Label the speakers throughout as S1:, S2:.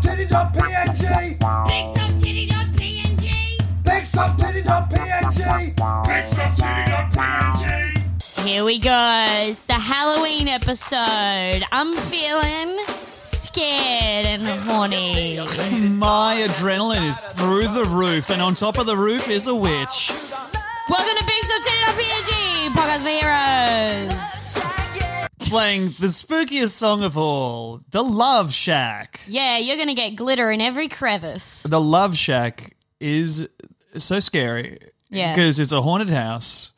S1: BigSoftTitty.png
S2: BigSoftTitty.png.
S1: BigSoftTitty.png BigSoftTitty.png
S2: Here we goes. The Halloween episode. I'm feeling scared and horny.
S3: My adrenaline is through the roof, and on top of the roof is a witch.
S2: Welcome to BigSoftTitty.png. E Podcast for heroes.
S3: Playing the spookiest song of all, The Love Shack.
S2: Yeah, you're going to get glitter in every crevice.
S3: The Love Shack is so scary.
S2: Yeah.
S3: Because it's a haunted house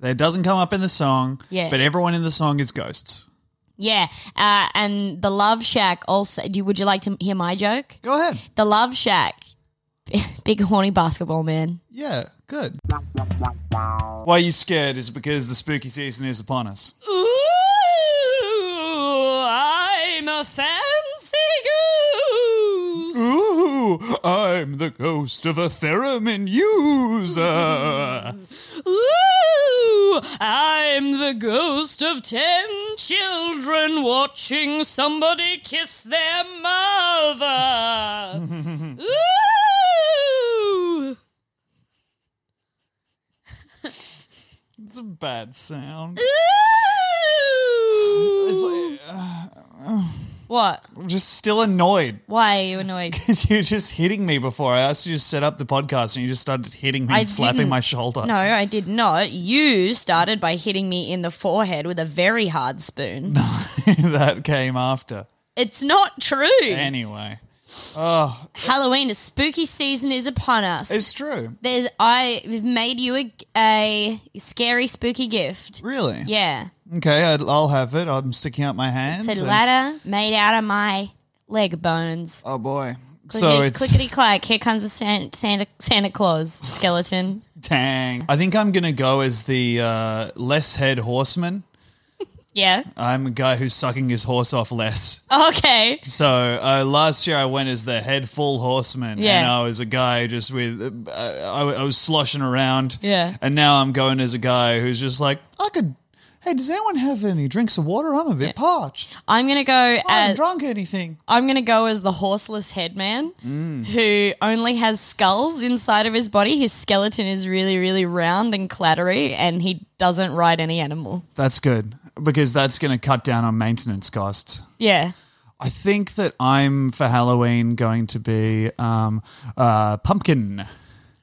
S3: that doesn't come up in the song,
S2: Yeah.
S3: but everyone in the song is ghosts.
S2: Yeah, uh, and the Love Shack also. Do, would you like to hear my joke?
S3: Go ahead.
S2: The Love Shack. Big horny basketball man.
S3: Yeah, good. Why you scared is because the spooky season is upon us.
S2: Ooh, I'm a fancy goose.
S3: Ooh, I'm the ghost of a theremin user.
S2: Ooh, I'm the ghost of ten children watching somebody kiss their mother. Ooh.
S3: It's a bad sound.
S2: Ooh.
S3: It's like,
S2: What?
S3: I'm just still annoyed
S2: Why are you annoyed?
S3: because you're just hitting me before I asked you to set up the podcast and you just started hitting me
S2: I
S3: and slapping
S2: didn't-
S3: my shoulder.
S2: No, I did not. You started by hitting me in the forehead with a very hard spoon.
S3: that came after.
S2: It's not true.
S3: Anyway. Oh,
S2: Halloween, a spooky season is upon us.
S3: it's true.
S2: There's I've made you a, a scary spooky gift.
S3: Really?
S2: Yeah,
S3: Okay, I'd, I'll have it. I'm sticking out my hands.
S2: it's a
S3: and-
S2: ladder made out of my leg bones.
S3: Oh, boy. so
S2: Clickety,
S3: it's.
S2: clickety clack. Here comes the Santa, Santa Santa Claus skeleton.
S3: Dang. I think I'm going to go as the uh, less head horseman.
S2: Yeah.
S3: I'm a guy who's sucking his horse off less.
S2: Okay.
S3: So uh, last year I went as the head full horseman,
S2: Yeah.
S3: and I was a guy just with uh, I, I was sloshing around,
S2: Yeah.
S3: And now I'm going as a guy who's just like I could. Hey, does anyone have any drinks of water? I'm a bit parched.
S2: I'm gonna go
S3: I haven't
S2: as
S3: drunk anything.
S2: I'm gonna go as the horseless headman who only has skulls inside of his body. His skeleton is really really round and clattery, and he doesn't ride any animal.
S3: That's good because that's going to cut down on maintenance costs.
S2: Yeah.
S3: I think that I'm for Halloween going to be um, uh, pumpkin.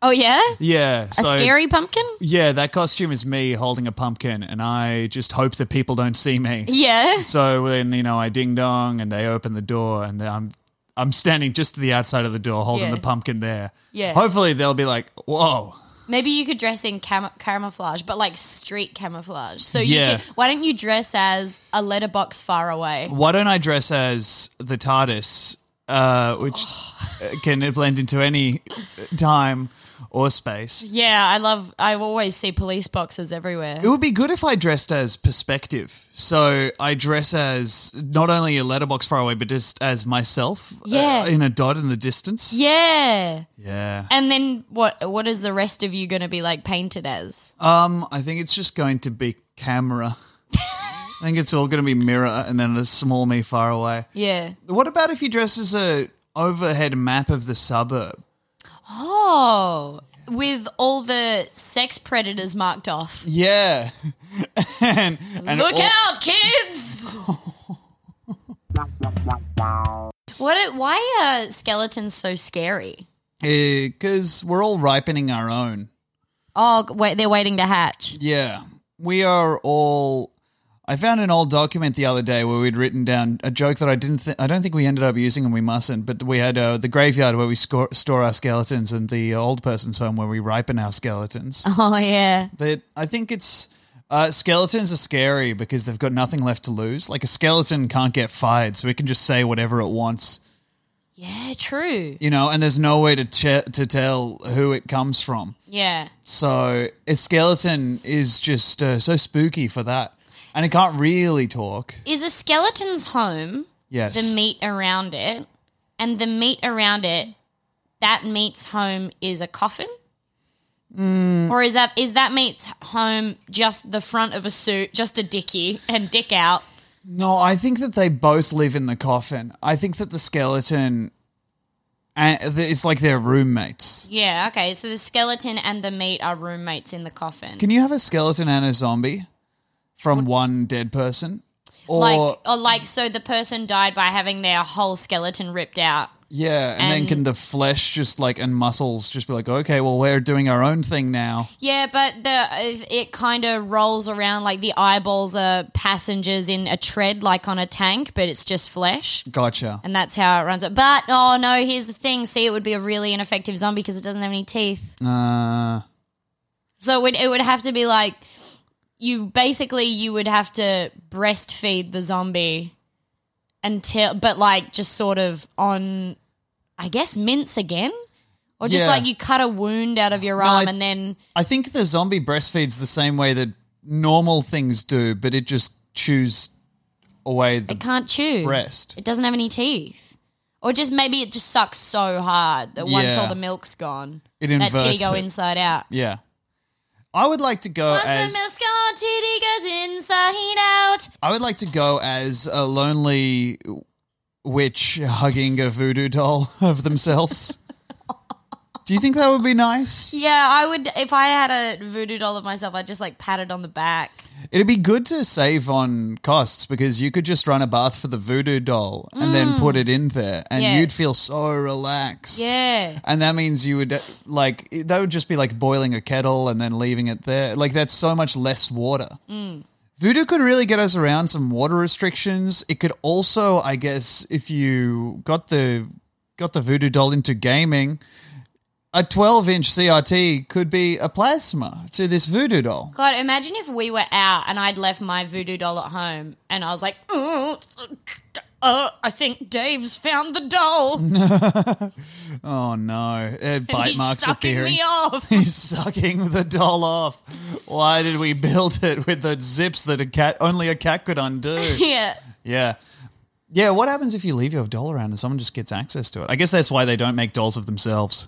S2: Oh yeah.
S3: Yeah,
S2: A scary pumpkin.
S3: Yeah, that costume is me holding a pumpkin, and I just hope that people don't see me.
S2: Yeah.
S3: So then, you know, I ding dong and they open the door and I'm I'm standing just to the outside of the door holding
S2: Yeah.
S3: the pumpkin there.
S2: Yeah.
S3: Hopefully they'll be like, "Whoa."
S2: Maybe you could dress in cam- camouflage, but like street camouflage. So you
S3: Yeah.
S2: could, why don't you dress as a letterbox far away?
S3: Why don't I dress as the TARDIS uh, which
S2: Oh.
S3: uh, can blend into any time or space.
S2: Yeah, I love. I always see police boxes everywhere.
S3: It would be good if I dressed as perspective. So I dress as not only a letterbox far away, but just as myself. uh,
S2: Yeah.
S3: in a dot in the distance.
S2: Yeah.
S3: Yeah.
S2: And then what? What is the rest of you going to be like painted as?
S3: Um, I think it's just going to be camera. I think it's all going to be mirror and then a small me far away.
S2: Yeah.
S3: What about if you dress as a overhead map of the suburb?
S2: Oh, with all the sex predators marked off.
S3: Yeah. and, and
S2: Look
S3: all-
S2: out, kids! what? it- Why are skeletons so scary?
S3: because we're all ripening our own.
S2: Oh, wait, they're waiting to hatch.
S3: Yeah, we are all. I found an old document the other day where we'd written down a joke that I didn't. Th- I don't think we ended up using, and we mustn't. But we had uh, the graveyard where we score- store our skeletons, and the old person's home where we ripen our skeletons.
S2: Oh yeah.
S3: But I think it's uh, skeletons are scary because they've got nothing left to lose. Like a skeleton can't get fired, so it can just say whatever it wants,
S2: Yeah, true.
S3: you know. And there's no way to che- to tell who it comes from.
S2: Yeah.
S3: So a skeleton is just uh, so spooky for that, and it can't really talk.
S2: Is a skeleton's home
S3: Yes,
S2: the meat around it, and the meat around it, that meat's home is a coffin, or is that is that meat's home just the front of a suit, just a dicky and dick out?
S3: No, I think that they both live in the coffin. I think that the skeleton, and it's like they're roommates.
S2: Yeah, okay. So the skeleton and the meat are roommates in the coffin,
S3: Can you have a skeleton and a zombie from one dead person? Or
S2: like or like so the person died by having their whole skeleton ripped out.
S3: yeah, and, then
S2: and-
S3: can the flesh just like and muscles just be like, okay, well we're doing our own thing now.
S2: Yeah, but the it kind of rolls around like the eyeballs are passengers in a tread, like on a tank, but it's just flesh.
S3: Gotcha.
S2: And that's how it runs it. But oh no, here's the thing. See, it would be a really ineffective zombie because it doesn't have any teeth.
S3: Uh,
S2: So it would, it would have to be like you basically you would have to breastfeed the zombie until, but like just sort of on, I guess mince again, or just
S3: Yeah.
S2: like you cut a wound out of your arm
S3: I-
S2: and then
S3: I think the zombie breastfeeds the same way that normal things do, but it just chews away the
S2: it can't chew.
S3: breast.
S2: It doesn't have any teeth. Or just maybe it just sucks so hard that once
S3: Yeah.
S2: all the milk's gone,
S3: It
S2: that titty
S3: inverts
S2: go
S3: it.
S2: inside out.
S3: Yeah. I would like to go
S2: Once
S3: as
S2: the milk's gone, titty goes inside out.
S3: I would like to go as a lonely witch hugging a voodoo doll of themselves. Do you think that would be nice?
S2: Yeah, I would if I had a voodoo doll of myself, I'd just like pat it on the back.
S3: It'd be good to save on costs because you could just run a bath for the voodoo doll and then put it in there and
S2: Mm. Yeah.
S3: you'd feel so relaxed.
S2: Yeah.
S3: And that means you would like that would just be like boiling a kettle and then leaving it there. Like that's so much less water.
S2: Mm.
S3: Voodoo could really get us around some water restrictions. It could also, I guess, if you got the got the voodoo doll into gaming, a 12-inch CRT could be a plasma to this voodoo doll.
S2: God, imagine if we were out and I'd left my voodoo doll at home and I was like, "Ooh, uh, I think Dave's found the doll.
S3: Oh no, uh, bite
S2: He's
S3: marks
S2: sucking
S3: appearing.
S2: me off.
S3: He's sucking the doll off. Why did we build it with the zips that a cat only a cat could undo?
S2: yeah.
S3: Yeah. Yeah, what happens if you leave your doll around and someone just gets access to it? I guess that's why they don't make dolls of themselves.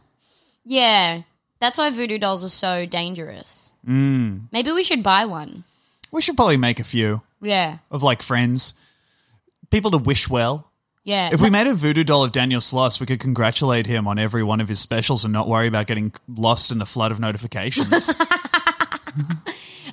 S2: Yeah. That's why voodoo dolls are so dangerous. Mm. Maybe we should buy one.
S3: We should probably make a few
S2: Yeah.
S3: of like friends, people to wish well.
S2: Yeah.
S3: If we made a voodoo doll of Daniel Sloss, we could congratulate him on every one of his specials and not worry about getting lost in the flood of notifications. Wouldn't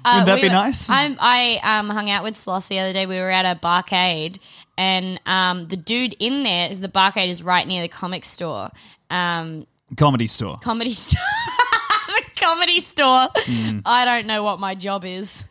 S3: that be
S2: Uh, were-
S3: nice?
S2: I'm, I um, hung out with Sloss the other day. We were at a barcade, and um, the dude in there is the barcade is right near the comic store, um,
S3: Comedy store.
S2: comedy store. the comedy store.
S3: Hmm.
S2: I don't know what my job is.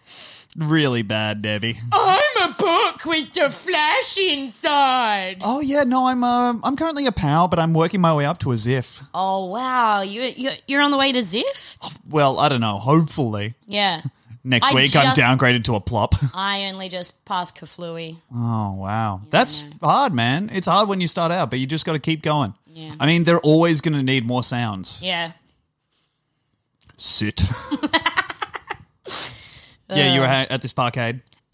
S3: Really bad, Debbie.
S2: I'm a book with the flash inside.
S3: Oh yeah, no, I'm uh, I'm currently a POW, but I'm working my way up to a ZIF.
S2: Oh wow, you you you're on the way to Ziff?
S3: Well, I don't know. Hopefully,
S2: Yeah.
S3: Next
S2: I
S3: week, I'm
S2: just-
S3: downgraded to a plop.
S2: I only just passed Kaflooey.
S3: Oh wow, that's hard, man. It's hard when you start out, but you just got to keep going.
S2: Yeah.
S3: I mean, they're always going to need more sounds.
S2: Yeah.
S3: Sit. yeah, you were
S2: Uh,
S3: ha- at this parkade, which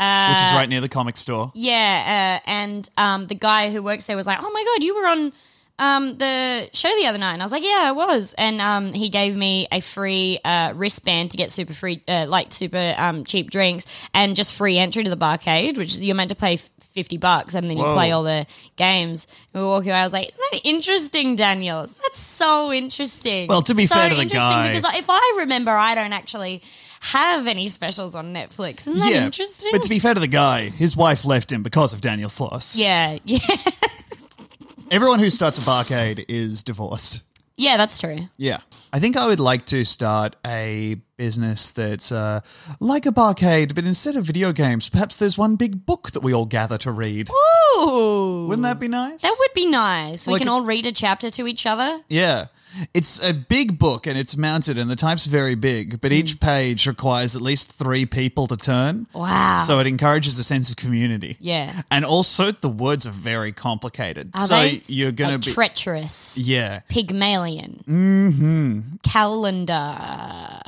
S3: is right near the comic store.
S2: Yeah, uh, and um, the guy who works there was like, "Oh my god, you were on um, the show the other night," and I was like, "Yeah, I was." And um, he gave me a free uh, wristband to get super free, uh, like super um, cheap drinks, and just free entry to the barcade, which is- you're meant to pay f- fifty bucks, and then you play all the games. And we were walking away. I was like, "Isn't that interesting, Daniel? That's so interesting."
S3: Well, to be
S2: so
S3: fair to the
S2: interesting
S3: guy-
S2: because if I remember, I don't actually have any specials on Netflix. Isn't that interesting?
S3: but to be fair to the guy, his wife left him because of Daniel Sloss.
S2: yeah, yeah.
S3: Everyone who starts a barcade is divorced.
S2: Yeah, that's true.
S3: Yeah. I think I would like to start a business that's uh, like a barcade, but instead of video games, perhaps there's one big book that we all gather to read.
S2: Ooh.
S3: Wouldn't that be nice?
S2: That would be nice. We
S3: Like
S2: can
S3: a-
S2: all read a chapter to each other.
S3: Yeah. It's a big book and it's mounted and the type's very big, but each page requires at least three people to turn.
S2: Mm. Wow.
S3: So it encourages a sense of community.
S2: Yeah.
S3: And also the words are very complicated.
S2: Are
S3: so
S2: they,
S3: you're gonna
S2: like,
S3: be
S2: treacherous.
S3: Yeah.
S2: Pygmalion. Mm-hmm. Calendar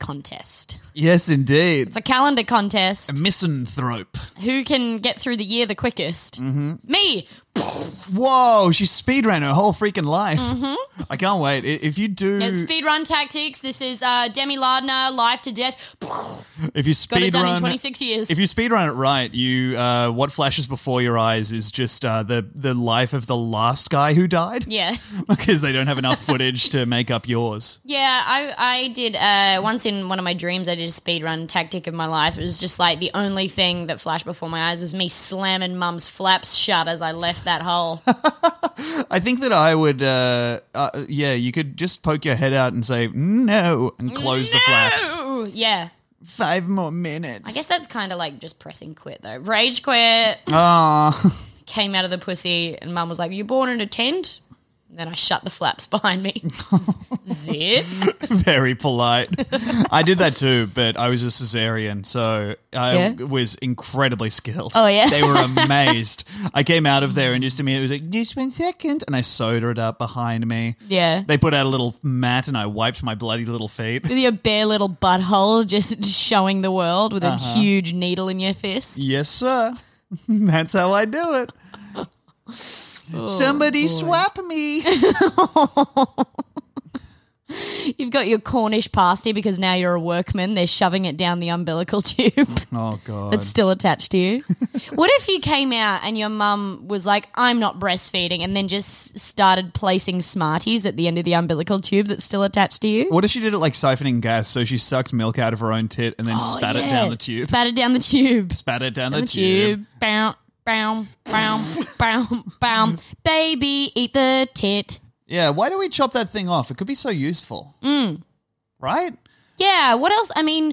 S2: contest.
S3: Yes indeed.
S2: It's a calendar contest.
S3: Misanthrope.
S2: Who can get through the year the quickest? Mm-hmm. Me.
S3: Whoa, she speed ran her whole freaking life. I can't wait. I- If you do,
S2: Mm-hmm. No, speedrun tactics. This is uh, Demi Lardner, life to death.
S3: if you
S2: Got
S3: speed
S2: it done in
S3: run,
S2: 26 years.
S3: if you speed run it right, you uh, what flashes before your eyes is just uh, the the life of the last guy who died.
S2: yeah.
S3: because they don't have enough footage to make up yours.
S2: Yeah, I I did uh, once in one of my dreams. I did a speedrun tactic of my life. It was just like the only thing that flashed before my eyes was me slamming mum's flaps shut as I left that hole.
S3: I think that I would, uh, uh, yeah, you could just poke your head out and say no and close the flaps.
S2: Ooh, yeah,
S3: Five more minutes.
S2: I guess that's kind of like just pressing quit though. Rage quit
S3: Ah,
S2: came out of the pussy, and mum was like, "You born in a tent?" And then I shut the flaps behind me. Z- Zip.
S3: very polite. I did that too, but I was a cesarean, so I
S2: Yeah?
S3: was incredibly skilled.
S2: Oh, yeah?
S3: they were amazed. I came out of there and just immediately was like, "Just one second. and I soda it up behind me.
S2: Yeah.
S3: They put out a little mat, and I wiped my bloody little feet.
S2: With your bare little butthole just showing the world with a huge needle in your fist.
S3: Yes, sir. That's how I do it.
S2: Oh,
S3: Somebody swap me.
S2: You've got your Cornish pasty because now you're a workman. They're shoving it down the umbilical tube
S3: oh god.
S2: that's still attached to you. what if you came out and your mum was like, I'm not breastfeeding, and then just started placing Smarties at the end of the umbilical tube that's still attached to you?
S3: what if she did it like siphoning gas? So she sucked milk out of her own tit and then
S2: Oh,
S3: spat it
S2: yeah.
S3: down the tube.
S2: Spat it down the tube.
S3: spat it down,
S2: Down
S3: the, tube.
S2: Bow, bow, bow, bow, bow. Baby, eat the tit.
S3: Yeah. Why do we chop that thing off? It could be so useful.
S2: Mm.
S3: Right.
S2: Yeah, what else? I mean,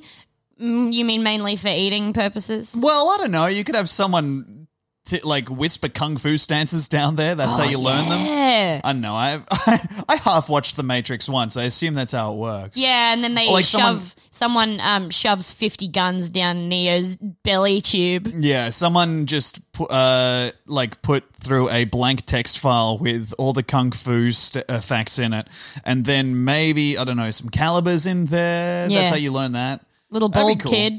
S2: mm, you mean mainly for eating purposes?
S3: Well, I don't know. You could have someone t- like whisper kung fu stances down there. That's how you learn them.
S2: Oh, Yeah.
S3: I don't know. I, I half watched The Matrix once. I assume that's how it works.
S2: Yeah, and then they
S3: Or, like,
S2: shove someone, um, shoves fifty guns down Neo's belly tube.
S3: Yeah, someone just pu- uh, like put through a blank text file with all the kung fu st- uh, facts in it, and then maybe I don't know some calibers in there.
S2: Yeah.
S3: That's how you learn that.
S2: Little
S3: That'd be
S2: bald
S3: cool.
S2: kid.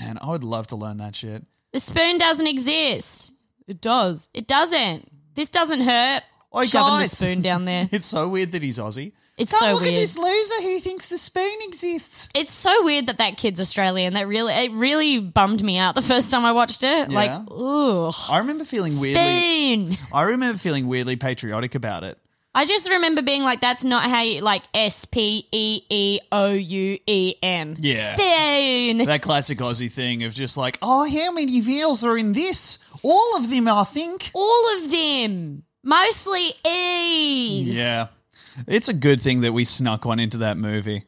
S3: Man, I would love to learn that shit.
S2: The spoon doesn't exist. It does. It doesn't. This doesn't hurt.
S3: Oi,
S2: Shoving the
S3: Oh, guys.
S2: spoon down there.
S3: It's so weird that he's Aussie.
S2: It's
S3: Come
S2: so
S3: look
S2: weird.
S3: at this loser who thinks the spoon exists.
S2: It's so weird that that kid's Australian. That really, it really bummed me out the first time I watched it.
S3: Yeah.
S2: Like, ooh,
S3: I remember feeling weirdly.
S2: spoon.
S3: I remember feeling weirdly patriotic about it.
S2: I just remember being like, that's not how you like S P E E O U E N.
S3: Yeah.
S2: Spoon.
S3: That classic Aussie thing of just like, oh, how many vowels are in this? All of them, I think.
S2: All of them. Mostly E's.
S3: Yeah. It's a good thing that we snuck one into that movie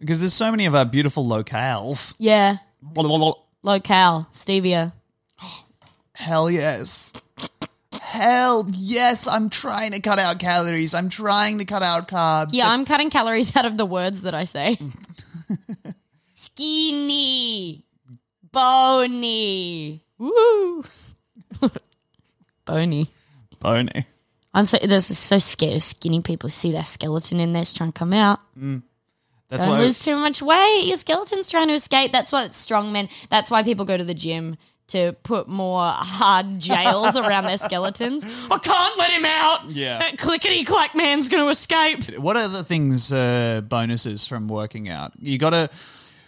S3: because there's so many of our beautiful locales.
S2: Yeah.
S3: Blah, blah, blah.
S2: Locale. Stevia.
S3: Hell yes. Hell yes. I'm trying to cut out calories. I'm trying to cut out carbs.
S2: Yeah, I'm cutting calories out of the words that I say. Skinny. Bony. Woo. Bony.
S3: Pony.
S2: I'm so this is so scared of skinny people see their skeleton in there it's trying to come out.
S3: That's
S2: Don't
S3: why
S2: lose too much weight. Your skeleton's trying to escape. That's why it's strong men. That's why people go to the gym to put more hard jails around their skeletons. I can't let him out.
S3: Yeah.
S2: That clickety clack man's going to escape.
S3: what are the things uh, bonuses from working out? You gotta.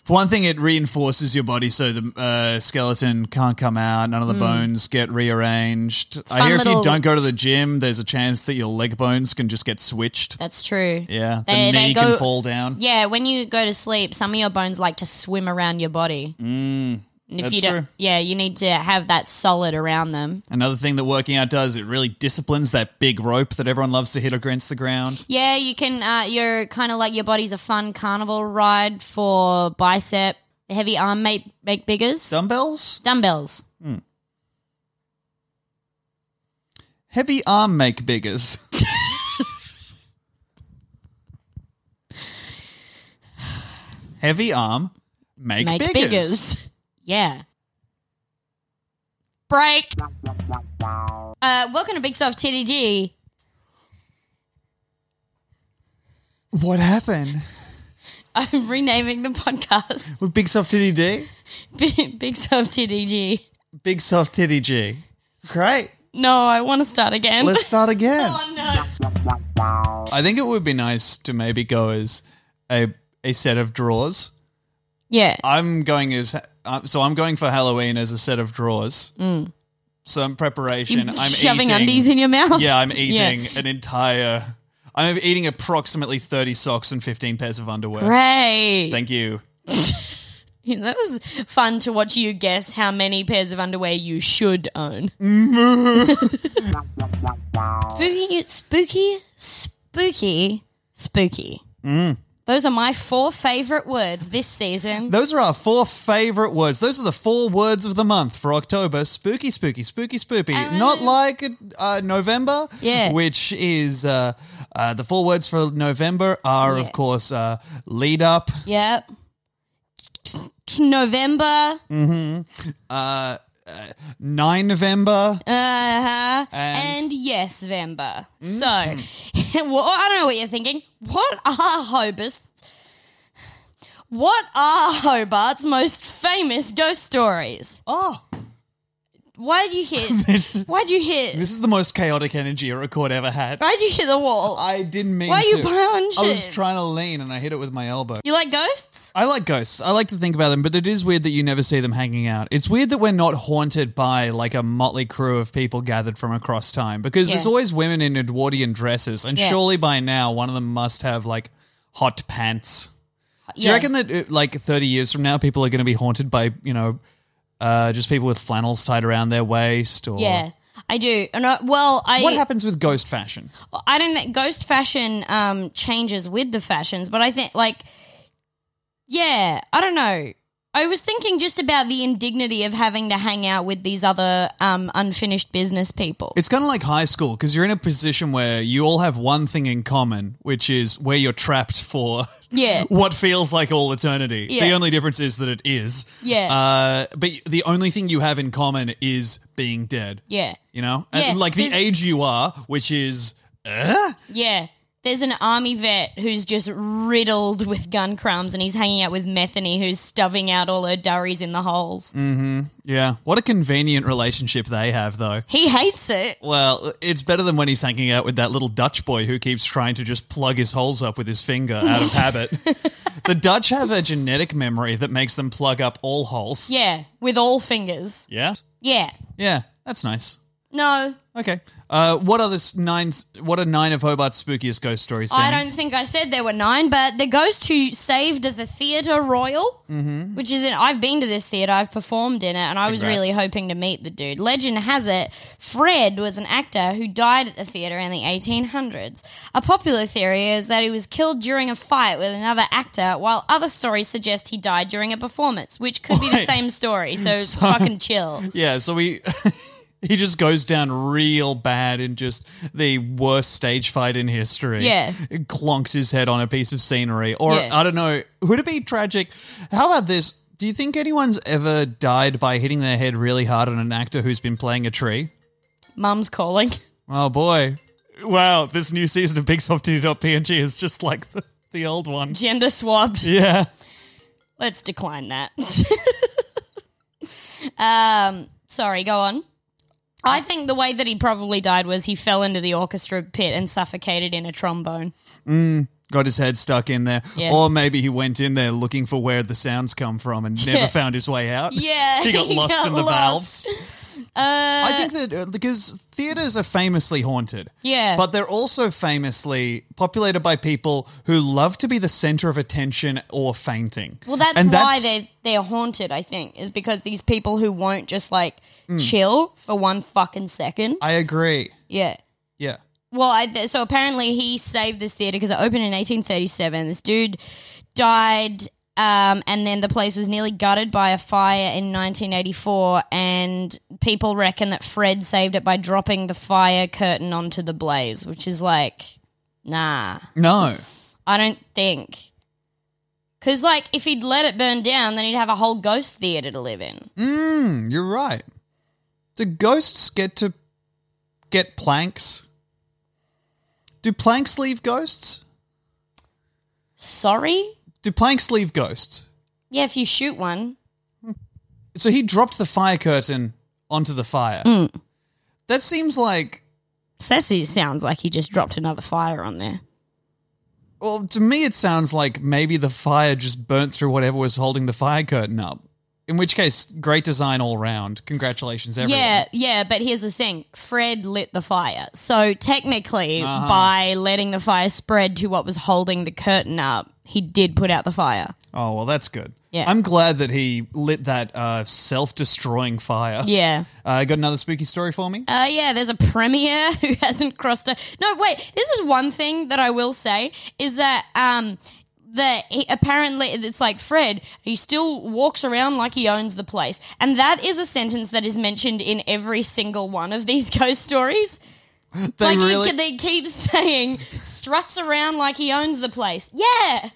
S3: For one thing, it reinforces your body so the uh, skeleton can't come out. None of the bones get rearranged. I
S2: Hmm. Fun
S3: hear if you
S2: little-
S3: don't go to the gym, there's a chance that your leg bones can just get switched.
S2: That's true.
S3: Yeah, the
S2: They- they
S3: knee
S2: go-
S3: can fall down.
S2: Yeah, when you go to sleep, some of your bones like to swim around your body. Mm, and if
S3: that's
S2: you don't,
S3: true.
S2: yeah, you need to have that solid around them.
S3: Another thing that working out does it really disciplines that big rope that everyone loves to hit against the ground.
S2: Yeah, you can. Uh, you're kind of like your body's a fun carnival ride for bicep, heavy arm make make biggers,
S3: Dumbbells,
S2: dumbbells.
S3: heavy arm make biggers. heavy arm make,
S2: make
S3: biggers.
S2: biggers. yeah. Break. Uh, welcome to Big Soft TDG.
S3: What happened
S2: I'm renaming the podcast
S3: with Big Soft Titty D?
S2: Big, Big Soft TDG.
S3: Big Soft Titty G. Great.
S2: No, I want to start again.
S3: Let's start again.
S2: oh no.
S3: I think it would be nice to maybe go as a a set of drawers.
S2: Yeah.
S3: I'm going as uh, so. I'm going for Halloween as a set of drawers. So in preparation,
S2: You
S3: I'm
S2: Mm. shoving
S3: eating,
S2: undies in your mouth?
S3: Yeah, I'm eating an entire. I'm eating approximately thirty socks and fifteen pairs of underwear.
S2: Great.
S3: Thank you.
S2: that was fun to watch you guess how many pairs of underwear you should own. spooky, spooky, spooky, spooky. Those are my four favorite words this season.
S3: Those are our four favorite words. Those are the four words of the month for October. Spooky, spooky, spooky, spooky. Not like uh, November,
S2: Yeah.
S3: which is uh, uh, the four words for November are, of
S2: Yeah.
S3: course, uh, lead up,
S2: yep. November,
S3: nine November.
S2: uh-huh, and,
S3: And- Mm.
S2: yes, Vember. So, well, I don't know what you're thinking. What are Hobart's? What are Hobart's most famous ghost stories?
S3: oh,
S2: Why'd you hit?
S3: This-
S2: why'd you hit?
S3: this is the most chaotic energy a record ever had.
S2: why'd you hit the wall?
S3: I didn't mean
S2: Why are
S3: to.
S2: you punching?
S3: I was trying to lean and I hit it with my elbow.
S2: you like ghosts?
S3: I like ghosts. I like to think about them, but it is weird that you never see them hanging out. It's weird that we're not haunted by like a motley crew of people gathered from across time because there's
S2: Yeah.
S3: always women in Edwardian dresses, and
S2: Yeah.
S3: surely by now one of them must have like hot pants. Do
S2: Yeah.
S3: you reckon that uh, like 30 years from now people are going to be haunted by, you know, uh, just people with flannels tied around their waist or
S2: Yeah, I do. And I, well, I
S3: What happens with ghost fashion?
S2: I don't think ghost fashion um, changes with the fashions, but I think like, yeah, I don't know. I was thinking just about the indignity of having to hang out with these other um, unfinished business people.
S3: It's kind of like high school because you're in a position where you all have one thing in common, which is where you're trapped for
S2: Yeah.
S3: what feels like all eternity. The
S2: Yeah.
S3: only difference is that it is.
S2: Yeah.
S3: Uh, but the only thing you have in common is being dead.
S2: yeah,
S3: You know?
S2: Yeah,
S3: And like the
S2: there's-
S3: age you are, which is.
S2: yeah. There's an army vet who's just riddled with gun crumbs, and he's hanging out with Metheny, who's stubbing out all her durries in the holes.
S3: Yeah. What a convenient relationship they have, though.
S2: He hates it.
S3: Well, it's better than when he's hanging out with that little Dutch boy who keeps trying to just plug his holes up with his finger out of habit. The Dutch have a genetic memory that makes them plug up all holes.
S2: Yeah, with all fingers.
S3: Yeah.
S2: Yeah.
S3: Yeah, that's nice.
S2: No,
S3: Okay. Uh, what are the s- nine? s- What are nine of Hobart's spookiest ghost stories?
S2: I
S3: Danny?
S2: don't think I said there were nine, but the ghost who saved the Theatre Royal, which is in, I've been to this theatre, I've performed in it, and I was
S3: Congrats.
S2: really hoping to meet the dude. Legend has it, Fred was an actor who died at the theatre in the 1800s. A popular theory is that he was killed during a fight with another actor, while other stories suggest he died during a performance, which could be the
S3: Wait.
S2: same story. So, fucking chill.
S3: Yeah. So we. He just goes down real bad in just the worst stage fight in history.
S2: Yeah.
S3: Clonks his head on a piece of scenery. Or,
S2: Yeah.
S3: I don't know, would it be tragic? How about this? Do you think anyone's ever died by hitting their head really hard on an actor who's been playing a tree?
S2: Mum's calling.
S3: Oh boy. Wow, this new season of BigSoft2.png is just like the, the old one.
S2: Gender swabbed.
S3: Yeah.
S2: Let's decline that. um, sorry, go on. I think the way that he probably died was he fell into the orchestra pit and suffocated in a trombone.
S3: Got his head stuck in there.
S2: Yeah.
S3: Or maybe he went in there looking for where the sounds come from and
S2: Yeah.
S3: never found his way out.
S2: Yeah,
S3: he got
S2: he
S3: lost
S2: got
S3: in the
S2: lost.
S3: valves. I think that uh, because theaters are famously haunted.
S2: Yeah.
S3: But they're also famously populated by people who love to be the center of attention or fainting.
S2: Well, that's
S3: And
S2: why they're they're haunted. I think is because these people who won't just like chill for one fucking second.
S3: I agree.
S2: yeah.
S3: Yeah.
S2: Well, I, th- so apparently he saved this theater because it opened in 1837. This dude died, um, and then the place was nearly gutted by a fire in 1984. And people reckon that Fred saved it by dropping the fire curtain onto the blaze, which is like, nah,
S3: No.
S2: I don't think. Because, like, if he'd let it burn down, then he'd have a whole ghost theater to live in.
S3: Mm, you're right. Do ghosts get to get planks? Do planks leave ghosts?
S2: Sorry?
S3: Do planks leave ghosts?
S2: Yeah, if you shoot one.
S3: So he dropped the fire curtain onto the fire. That seems like,
S2: Ceci sounds like he just dropped another fire on there.
S3: well, to me, it sounds like maybe the fire just burnt through whatever was holding the fire curtain up. In which case, great design all round. Congratulations, everyone.
S2: Yeah, yeah, but here's the thing. Fred lit the fire. So technically, by letting the fire spread to what was holding the curtain up, he did put out the fire.
S3: Oh, well, that's good.
S2: Yeah.
S3: I'm glad that he lit that uh, self destroying fire.
S2: Yeah.
S3: Uh, got another spooky story for me?
S2: Uh, yeah, there's a premier who hasn't crossed a. No, wait. This is one thing that I will say is that um that he, apparently it's like Fred. He still walks around like he owns the place, and that is a sentence that is mentioned in every single one of these ghost stories.
S3: They
S2: like
S3: really-
S2: he, they keep saying, struts around like he owns the place. Yeah,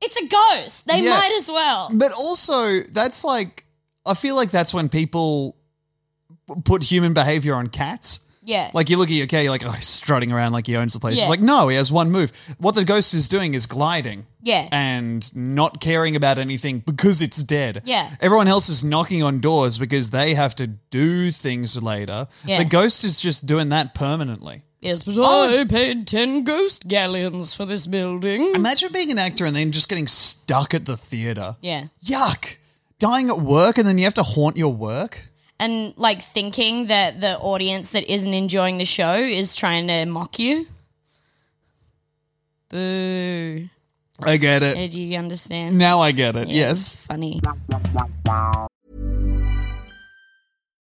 S2: it's a ghost. They
S3: Yeah.
S2: might as well.
S3: But also, that's like I feel like that's when people p- put human behavior on cats.
S2: Yeah,
S3: Like you look at your cat, you're like, oh, he's strutting around like he owns the place.
S2: Yeah.
S3: It's like, no, he has one move. What the ghost is doing is gliding.
S2: Yeah.
S3: And not caring about anything because it's dead.
S2: Yeah.
S3: Everyone else is knocking on doors because they have to do things later.
S2: Yeah.
S3: The ghost is just doing that permanently.
S2: yes, but
S3: oh.
S2: I paid ten ghost galleons for this building.
S3: Imagine being an actor and then just getting stuck at the theater.
S2: Yeah.
S3: Yuck. Dying at work and then you have to haunt your work.
S2: and like thinking that the audience that isn't enjoying the show is trying to mock you. Boo.
S3: I get it.
S2: Did you understand?
S3: Now I get it.
S2: Yeah, it's
S3: Uh, Yes.
S2: Funny.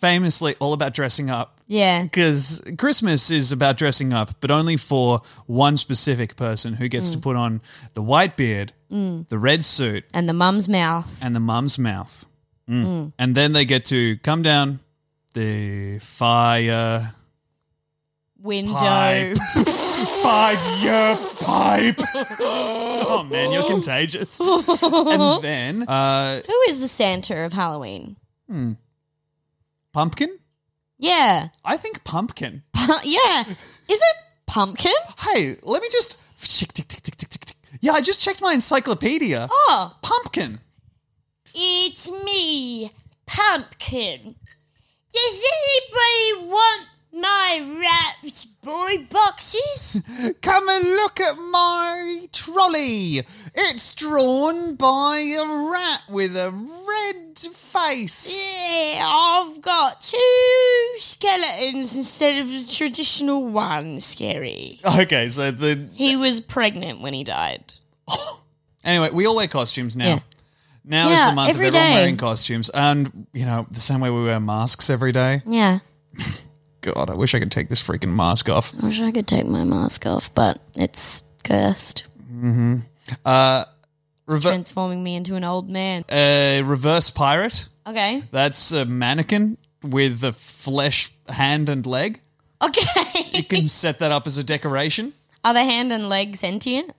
S3: famously all about dressing up.
S2: Yeah.
S3: Because Christmas is about dressing up, but only for one specific person who gets to put on the white beard, the red suit,
S2: And the mum's mouth.
S3: and the mum's mouth. Mm. And then they get to come down the fire.
S2: window.
S3: Pipe. Five year pipe. oh man, you're contagious. and then uh,
S2: Who is the Santa of Halloween?
S3: pumpkin.
S2: Yeah.
S3: I think pumpkin.
S2: Pu- Uh, yeah. Is it pumpkin?
S3: Hey, let me just. tick, tick, tick, tick, tick, tick, tick. Yeah, I just checked my encyclopedia.
S2: Oh,
S3: Pumpkin.
S2: it's me, Pumpkin. Does anybody want my wrapped boy boxes?
S3: Come and look at my trolley. It's drawn by a rat with a red face.
S2: yeah, I've got two skeletons instead of the traditional one. Scary.
S3: Okay, so the
S2: He was pregnant when he died.
S3: Anyway, we all wear costumes now.
S2: Yeah.
S3: Now is
S2: Yeah,
S3: the month of
S2: every
S3: everyone
S2: day.
S3: wearing costumes. And, you know, the same way we wear masks every day.
S2: Yeah.
S3: God, I wish I could take this freaking mask off.
S2: I wish I could take my mask off, but it's cursed.
S3: Uh, rever-
S2: Transforming me into an old man.
S3: uh, reverse pirate.
S2: Okay.
S3: That's a mannequin with a flesh hand and leg. You
S2: Okay.
S3: can set that up as a decoration.
S2: Are the hand and leg sentient?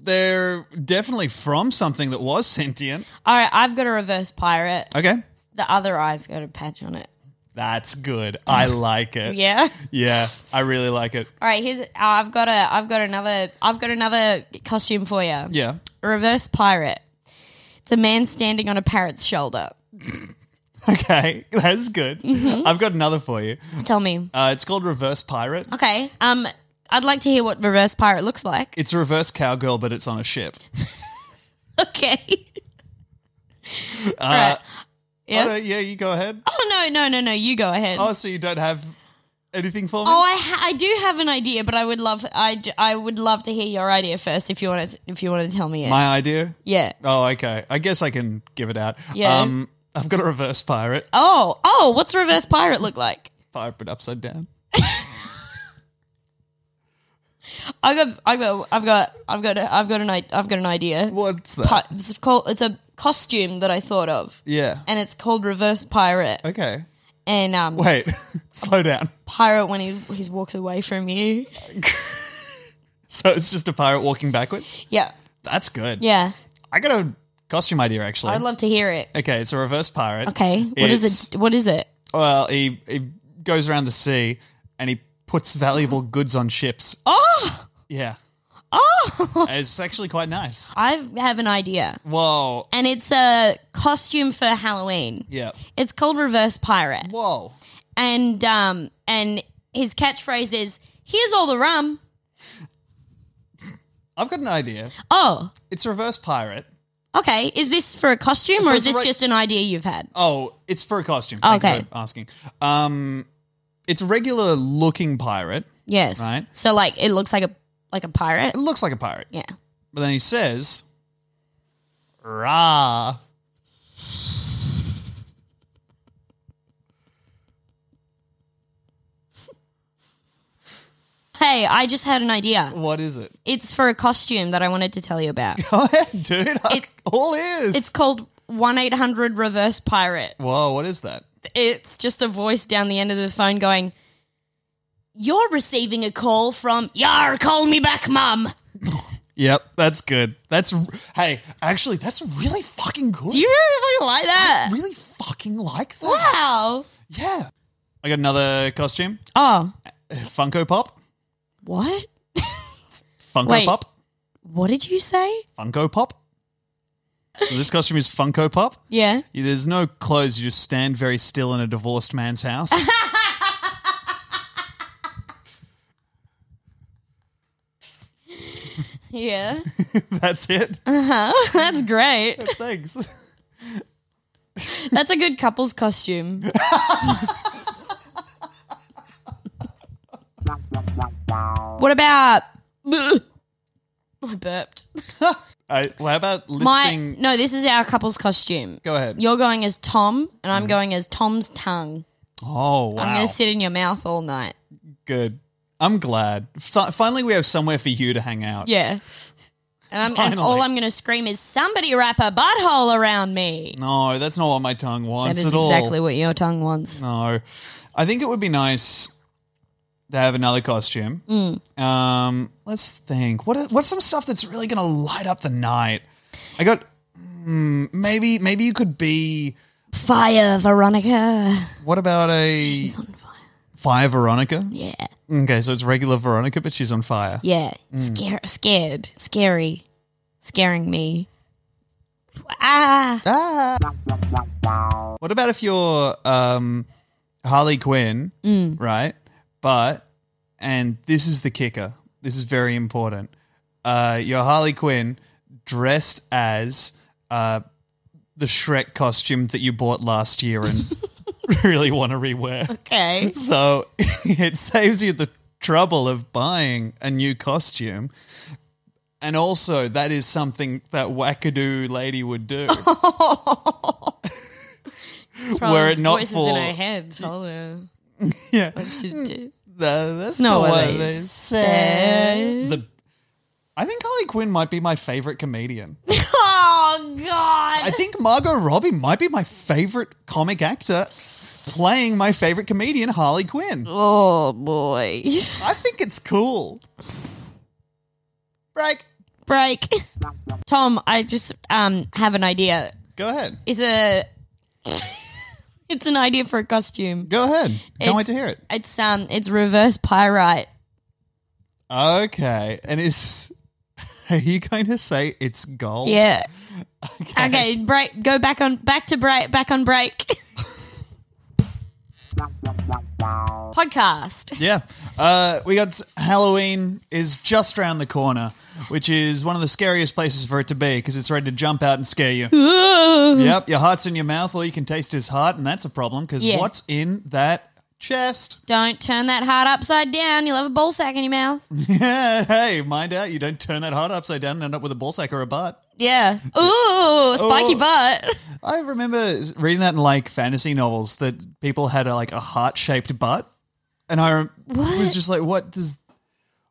S3: They're definitely from something that was sentient.
S2: All right, I've got a reverse pirate.
S3: Okay.
S2: The other eye's got a patch on it.
S3: That's good. I like it.
S2: Yeah.
S3: Yeah, I really like it.
S2: All right, here's uh, I've got a I've got another I've got another costume for you.
S3: Yeah.
S2: A reverse pirate. It's a man standing on a parrot's shoulder.
S3: Okay. That's good.
S2: Mm-hmm.
S3: I've got another for you.
S2: Tell me.
S3: Uh, it's called Reverse Pirate.
S2: Okay. Um I'd like to hear what reverse pirate looks like.
S3: It's a reverse cowgirl, but it's on a ship.
S2: Okay.
S3: Uh,
S2: All
S3: I
S2: right. Yeah.
S3: don't- Uh, yeah, you go ahead.
S2: Oh no, no, no, no. You go ahead.
S3: Oh, so you don't have anything for me?
S2: Oh, I ha- I do have an idea, but I would love I, d- I would love to hear your idea first if you want to if you want to tell me it.
S3: My idea?
S2: yeah.
S3: Oh, okay. I guess I can give it out.
S2: Yeah.
S3: Um, I've got a reverse pirate.
S2: Oh, oh, what's reverse pirate look like?
S3: Pirate, but upside down.
S2: I got I got I've got I've got a, I've got an i- I've got an idea.
S3: What's that?
S2: Pi- it's called it's a costume that I thought of.
S3: yeah.
S2: And it's called reverse pirate.
S3: Okay.
S2: And um
S3: Wait, slow down.
S2: pirate when he he's walked away from you.
S3: So it's just a pirate walking backwards?
S2: Yeah.
S3: That's good.
S2: Yeah.
S3: I got a costume idea, actually.
S2: I'd love to hear it.
S3: okay, it's a reverse pirate.
S2: Okay. What is
S3: It's-
S2: it? What is it?
S3: Well, he, he goes around the sea and he puts valuable goods on ships.
S2: Oh.
S3: Yeah.
S2: Oh.
S3: It's actually quite nice.
S2: I have an idea.
S3: Whoa.
S2: and it's a costume for Halloween.
S3: Yeah.
S2: It's called Reverse Pirate,
S3: Whoa.
S2: and um, and his catchphrase is "Here's all the rum."
S3: I've got an idea.
S2: Oh,
S3: It's a reverse pirate.
S2: okay. Is this for a costume,
S3: So
S2: or
S3: it's
S2: is this
S3: right-
S2: just an idea you've had?
S3: Oh, it's for a costume. Thank you
S2: Okay.
S3: for asking. Um, it's a regular looking pirate.
S2: Yes.
S3: Right.
S2: So like, it looks like a like a pirate.
S3: It looks like a pirate.
S2: Yeah.
S3: But then he says, Rah.
S2: Hey, I just had an idea.
S3: What is it?
S2: It's for a costume that I wanted to tell you about.
S3: Go ahead, dude. I'm
S2: It-
S3: all ears.
S2: it's called one eight hundred Reverse Pirate.
S3: Whoa, what is that?
S2: it's just a voice down the end of the phone going, You're receiving a call from Yar, call me back, mum.
S3: Yep, that's good. That's r- hey, actually, that's really fucking good.
S2: Do you really like that?
S3: really fucking like that?
S2: Wow.
S3: Yeah. I got another costume.
S2: Oh,
S3: Funko Pop.
S2: what?
S3: Funko
S2: Wait.
S3: Pop.
S2: What did you say?
S3: Funko Pop. So this costume is Funko Pop.
S2: Yeah.
S3: Yeah, There's no clothes. You just stand very still in a divorced man's house.
S2: Yeah.
S3: That's it.
S2: That's great.
S3: Thanks.
S2: That's a good couple's costume. what about. I burped.
S3: I, well, how about
S2: My,
S3: listing?
S2: no, this is our couple's costume.
S3: Go ahead.
S2: You're going as Tom, and I'm going as Tom's tongue.
S3: oh wow,
S2: I'm going to sit in your mouth all night.
S3: good. I'm glad. So, finally, we have somewhere for you to hang out.
S2: Yeah. And, I'm, and all
S3: Finally.
S2: I'm going to scream is, somebody wrap a butthole around me.
S3: No, that's not what my tongue
S2: that
S3: wants
S2: is
S3: at all.
S2: exactly what your tongue wants.
S3: No, I think it would be nice They have another costume.
S2: Mm.
S3: Um, let's think. What what's some stuff that's really going to light up the night? I got mm, maybe maybe you could be.
S2: Fire, Veronica.
S3: What about a
S2: She's on fire.
S3: fire Veronica?
S2: Yeah.
S3: Okay, so it's regular Veronica, but she's on fire.
S2: Yeah.
S3: Mm.
S2: Scare, scared. Scary. Scaring me. Ah.
S3: Ah. What about if you're um, Harley Quinn, right? But, and this is the kicker. This is very important. Uh, you're Harley Quinn dressed as uh, the Shrek costume that you bought last year and really want to rewear.
S2: Okay.
S3: So it saves you the trouble of buying a new costume. And also, that is something that wackadoo lady would do. Were it not
S2: voices
S3: for-
S2: in our heads. Hold on.
S3: yeah,
S2: To do-
S3: Tha- that's
S2: It's not
S3: not
S2: Hmm. what
S3: they
S2: they say.
S3: The, I think Harley Quinn might be my favorite comedian.
S2: Oh God!
S3: I think Margot Robbie might be my favorite comic actor, playing my favorite comedian Harley Quinn.
S2: Oh boy!
S3: I think it's cool. Break.
S2: Break. Tom, I just um have an idea.
S3: Go ahead.
S2: It's a. it's an idea for a costume.
S3: Go ahead. Can't wait
S2: It's-
S3: to hear it.
S2: It's um. It's reverse pyrite.
S3: Okay. And is are you going to say it's gold?
S2: Yeah. Okay. Break. Go back on. Back to break. Back on break. Podcast.
S3: Yeah. Uh, we got s- Halloween is just around the corner, which is one of the scariest places for it to be because it's ready to jump out and scare you. yep. Your heart's in your mouth. All you can taste is heart, and that's a problem because
S2: Yeah.
S3: what's in that chest?
S2: Don't turn that heart upside down. You'll have a ball sack in your mouth.
S3: Yeah. Hey, mind out. You don't turn that heart upside down and end up with a ball sack or a butt.
S2: Yeah. Ooh, spiky butt.
S3: I remember reading that in like fantasy novels that people had a, like a heart shaped butt, and I rem- was just like, "What does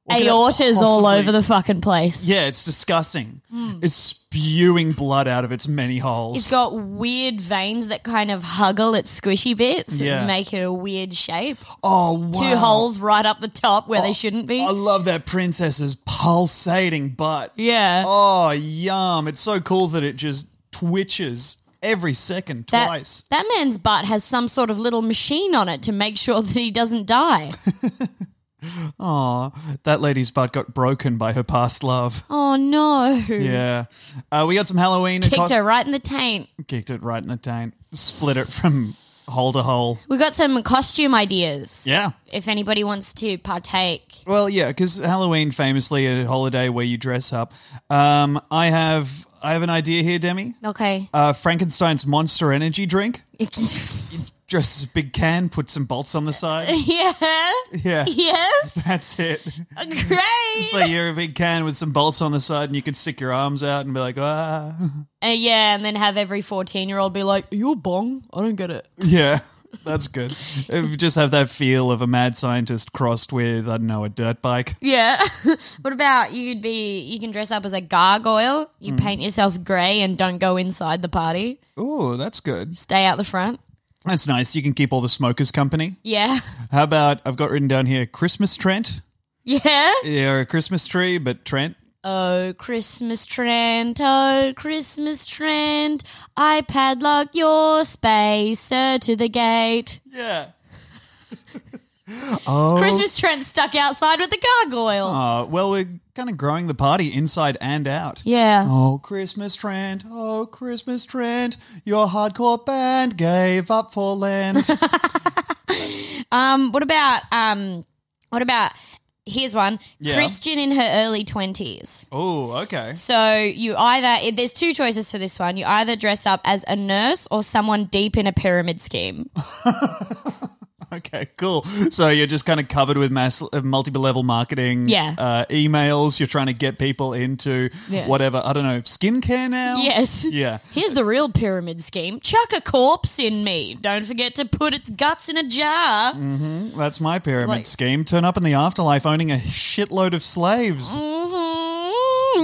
S3: what could that
S2: Aorta's all
S3: possibly-
S2: over the fucking place.
S3: Yeah, it's disgusting. It's spewing blood out of its many holes.
S2: Hmm. It's got weird veins that kind of huggle its squishy bits
S3: Yeah.
S2: and make it a weird shape.
S3: oh, wow. Oh,
S2: Two holes right up the top where they shouldn't be.
S3: I love that princess's pulsating butt.
S2: yeah.
S3: Oh, yum! It's so cool that it just twitches every second,
S2: that,
S3: twice.
S2: that man's butt has some sort of little machine on it to make sure that he doesn't die.
S3: Aw, that lady's butt got broken by her past love.
S2: oh no.
S3: Yeah, uh, we got some Halloween.
S2: Kicked
S3: cost-
S2: her right in the taint.
S3: kicked it right in the taint, split it from hole to hole.
S2: We got some costume ideas.
S3: Yeah.
S2: If anybody wants to partake.
S3: Well, yeah, because Halloween famously a holiday where you dress up. Um, I have I have an idea here, Demi.
S2: Okay.
S3: Uh, Frankenstein's monster energy drink. Dress as a big can, put some bolts on the side.
S2: yeah.
S3: Yeah,
S2: Yes.
S3: that's it.
S2: Great.
S3: So you're a big can with some bolts on the side, and you can stick your arms out and be like, ah,
S2: Uh, yeah, and then have every 14 year old be like, Are you a bong? I don't get it.
S3: yeah. That's good. It would just have that feel of a mad scientist crossed with, I don't know, a dirt bike.
S2: Yeah. what about you could be, you can dress up as a gargoyle, you paint yourself grey and don't go inside the party,
S3: Ooh, that's good.
S2: stay out the front.
S3: That's nice. You can keep all the smokers company.
S2: Yeah.
S3: How about I've got written down here Christmas Trent?
S2: Yeah.
S3: Yeah, a Christmas tree, but Trent.
S2: Oh, Christmas Trent, oh, Christmas Trent, I padlock your spacer to the gate.
S3: Yeah.
S2: Christmas Trent stuck outside with the gargoyle.
S3: Uh, well, we're kind of growing the party inside and out.
S2: Yeah.
S3: Oh, Christmas Trent. Oh, Christmas Trent. Your hardcore band gave up for Lent.
S2: Um, what about um, what about here's one
S3: Yeah.
S2: Christian in her early twenties.
S3: oh, okay.
S2: So you either it, there's two choices for this one. You either dress up as a nurse or someone deep in a pyramid scheme.
S3: Okay, cool. So you're just kind of covered with mass uh, multi-level marketing
S2: Yeah.
S3: uh, emails. You're trying to get people into
S2: Yeah.
S3: whatever, I don't know, skincare now?
S2: Yes.
S3: Yeah.
S2: Here's the real pyramid scheme. Chuck a corpse in me. Don't forget to put its guts in a jar.
S3: Mm. That's my pyramid
S2: Like- Mm.
S3: scheme. Turn up in the afterlife owning a shitload of slaves.
S2: Mhm.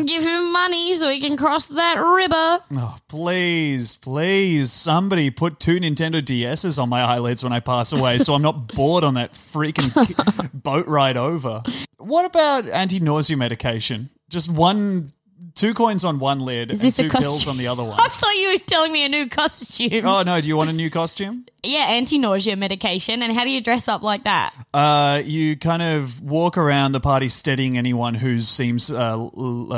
S2: Give him money so he can cross that river.
S3: Oh, please, please, somebody put two Nintendo DSs on my eyelids when I pass away so I'm not bored on that freaking ki- boat ride over. What about anti nausea medication? Just one, two coins on one lid
S2: Is
S3: and
S2: this a
S3: two
S2: costume?
S3: pills on the other one.
S2: I thought you were telling me a new costume.
S3: oh, no, do you want a new costume?
S2: Yeah, anti nausea medication. And how do you dress up like that?
S3: Uh, you kind of walk around the party steadying anyone who seems uh, l- uh,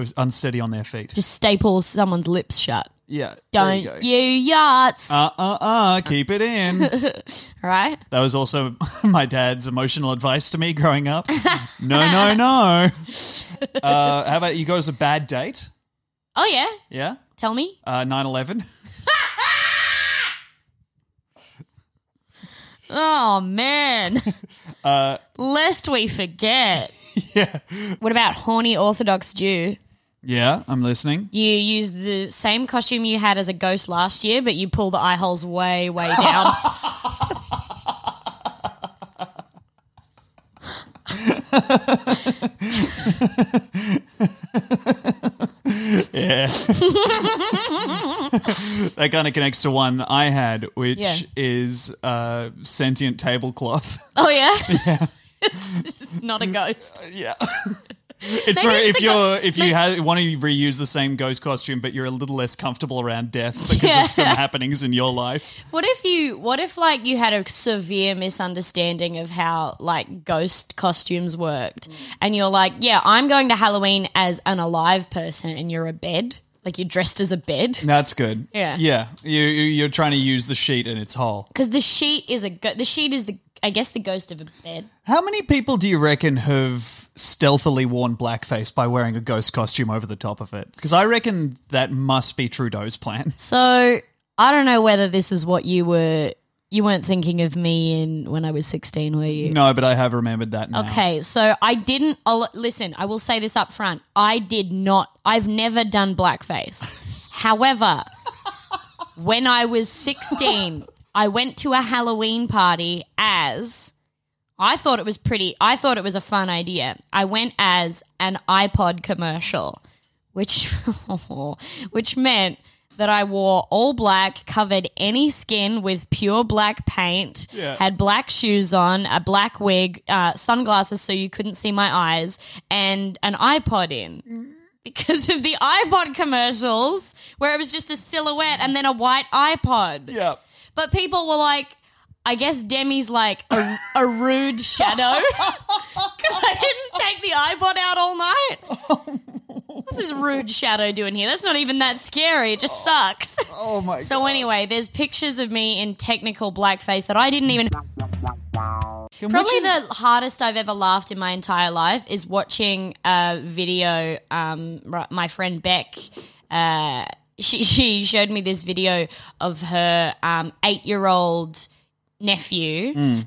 S3: uh, unsteady on their feet.
S2: Just staple someone's lips shut.
S3: yeah. there
S2: Don't
S3: you
S2: you,
S3: go.
S2: yachts,
S3: Uh uh uh, keep it in.
S2: right?
S3: That was also my dad's emotional advice to me growing up. no, no, no. Uh, how about you go as a bad date?
S2: Oh yeah,
S3: Yeah.
S2: tell me.
S3: Uh, 9-11.
S2: Oh man, lest we forget.
S3: Uh, yeah.
S2: What about horny Orthodox Jew?
S3: Yeah, I'm listening.
S2: You use the same costume you had as a ghost last year, but you pull the eye holes way, way down.
S3: Yeah. that kind of connects to one I had, which
S2: Yeah.
S3: is uh, sentient tablecloth.
S2: oh yeah, it's just not a ghost.
S3: Yeah. It's
S2: Maybe
S3: for
S2: it's
S3: if
S2: the
S3: you're if you ha want to reuse the same ghost costume, but you're a little less comfortable around death because
S2: Yeah.
S3: of some happenings in your life.
S2: What if you? What if like you had a severe misunderstanding of how like ghost costumes worked, and you're like, yeah, I'm going to Halloween as an alive person, and you're a bed, like you're dressed as a bed.
S3: That's good.
S2: Yeah.
S3: yeah. You you- you're trying to use the sheet in its whole.
S2: Because the sheet is a go- the sheet is the I guess the ghost of a bed.
S3: How many people do you reckon have stealthily worn blackface by wearing a ghost costume over the top of it? Because I reckon that must be Trudeau's plan.
S2: So I don't know whether this is what you were you weren't thinking of me in when I was sixteen, were you?
S3: No, but I have remembered that now.
S2: Okay, so I didn't. I'll, listen, I will say this up front. I did not. I've never done blackface. However, when I was 16, I went to a Halloween party as. I thought it was pretty. I thought it was a fun idea. I went as an iPod commercial, which which meant that I wore all black, covered any skin with pure black paint, had black shoes on, a black wig, uh, sunglasses so you couldn't see my eyes, and an iPod in. Because of the iPod commercials, where it was just a silhouette and then a white iPod.
S3: Yeah.
S2: But people were like, I guess Demi's like a, a rude shadow because I didn't take the iPod out all night.
S3: Oh.
S2: What's this rude shadow doing here? That's not even that scary. It just sucks.
S3: Oh my
S2: So anyway, there's pictures of me in technical blackface that I didn't even.
S3: god.
S2: Probably the hardest I've ever laughed in my entire life is watching a video. Um, r- my friend Beck, uh, she she showed me this video of her um, eight year old nephew.
S3: Hmm.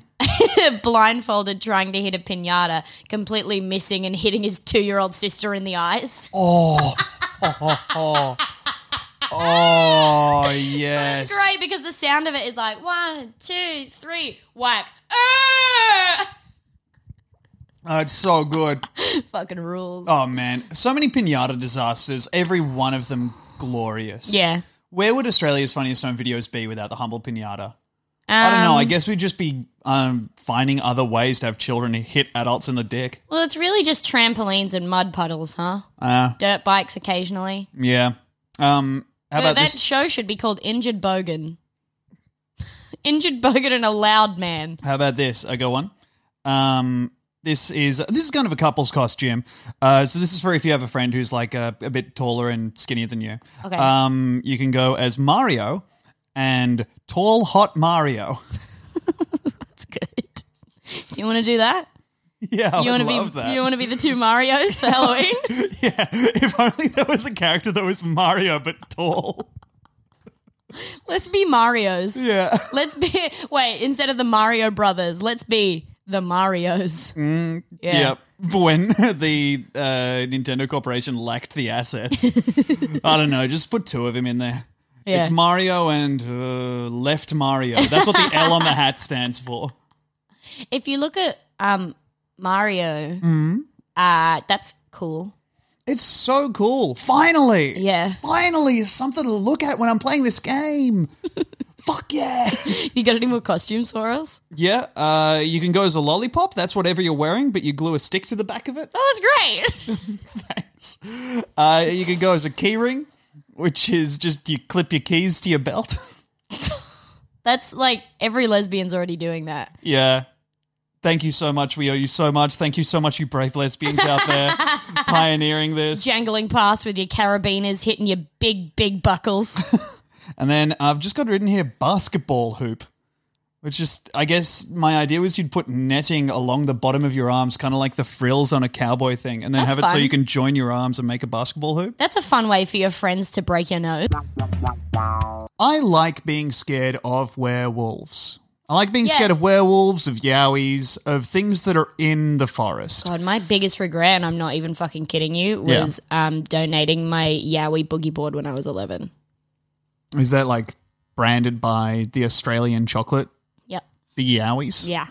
S2: blindfolded trying to hit a piñata completely missing and hitting his two-year-old sister in the eyes
S3: Oh yes.
S2: it's great because the sound of it is like one two three whack Ah!
S3: Oh, it's so good.
S2: fucking rules
S3: Oh man, so many pinata disasters. Every one of them glorious.
S2: yeah
S3: Where would Australia's funniest home videos be without the humble pinata? I don't know. I guess we'd just be um, finding other ways to have children hit adults in the dick.
S2: Well, it's really just trampolines and mud puddles, huh?
S3: Uh,
S2: Dirt bikes occasionally.
S3: yeah. Um, how about
S2: that
S3: this?
S2: show should be called Injured Bogan. Injured Bogan and a loud man.
S3: How about this? I go on. Um, this is this is kind of a couple's costume. Uh, so this is for if you have a friend who's like a, a bit taller and skinnier than you.
S2: Okay.
S3: Um, you can go as Mario and tall hot Mario.
S2: That's good. Do you want to do that?
S3: yeah, Oh, I
S2: you
S3: would
S2: want to
S3: love
S2: be
S3: that.
S2: you want to be the two Mario's for Halloween?
S3: yeah, if only there was a character that was Mario but tall.
S2: let's be Mario's.
S3: Yeah.
S2: Let's be wait instead of the Mario Brothers. Let's be the Mario's.
S3: Mm,
S2: yeah.
S3: Yep. When the uh, Nintendo Corporation lacked the assets, I don't know. Just put two of them in there.
S2: Yeah.
S3: It's Mario and uh, Left Mario. That's what the L on the hat stands for. Mm.
S2: If you look at um Mario, uh, that's cool.
S3: It's so cool. Finally.
S2: Yeah.
S3: Finally, is something to look at when I'm playing this game. Fuck yeah.
S2: You got any more costumes for us?
S3: Yeah. Uh, you can go as a lollipop. That's whatever you're wearing, but you glue a stick to the back of it.
S2: Oh, that's great.
S3: Thanks. Uh, you can go as a key ring, which is just you clip your keys to your belt.
S2: that's like every lesbian's already doing that.
S3: yeah. Thank you so much. We owe you so much. Thank you so much, you brave lesbians out there pioneering this.
S2: Jangling past with your carabiners hitting your big, big buckles.
S3: And then I've just got written here basketball hoop, which is, I guess, my idea was you'd put netting along the bottom of your arms, kind of like the frills on a cowboy thing, and then
S2: That's
S3: have it so
S2: fun.
S3: you can join your arms and make a basketball hoop.
S2: That's a fun way for your friends to break your nose.
S3: I like being scared of werewolves. I like being
S2: Yeah.
S3: scared of werewolves, of yowies, of things that are in the forest.
S2: God, my biggest regret, and I'm not even fucking kidding you,
S3: Yeah.
S2: was um, donating my Yowie boogie board when I was 11.
S3: Is that like branded by the Australian chocolate,
S2: Yep.
S3: the yowies?
S2: Yeah.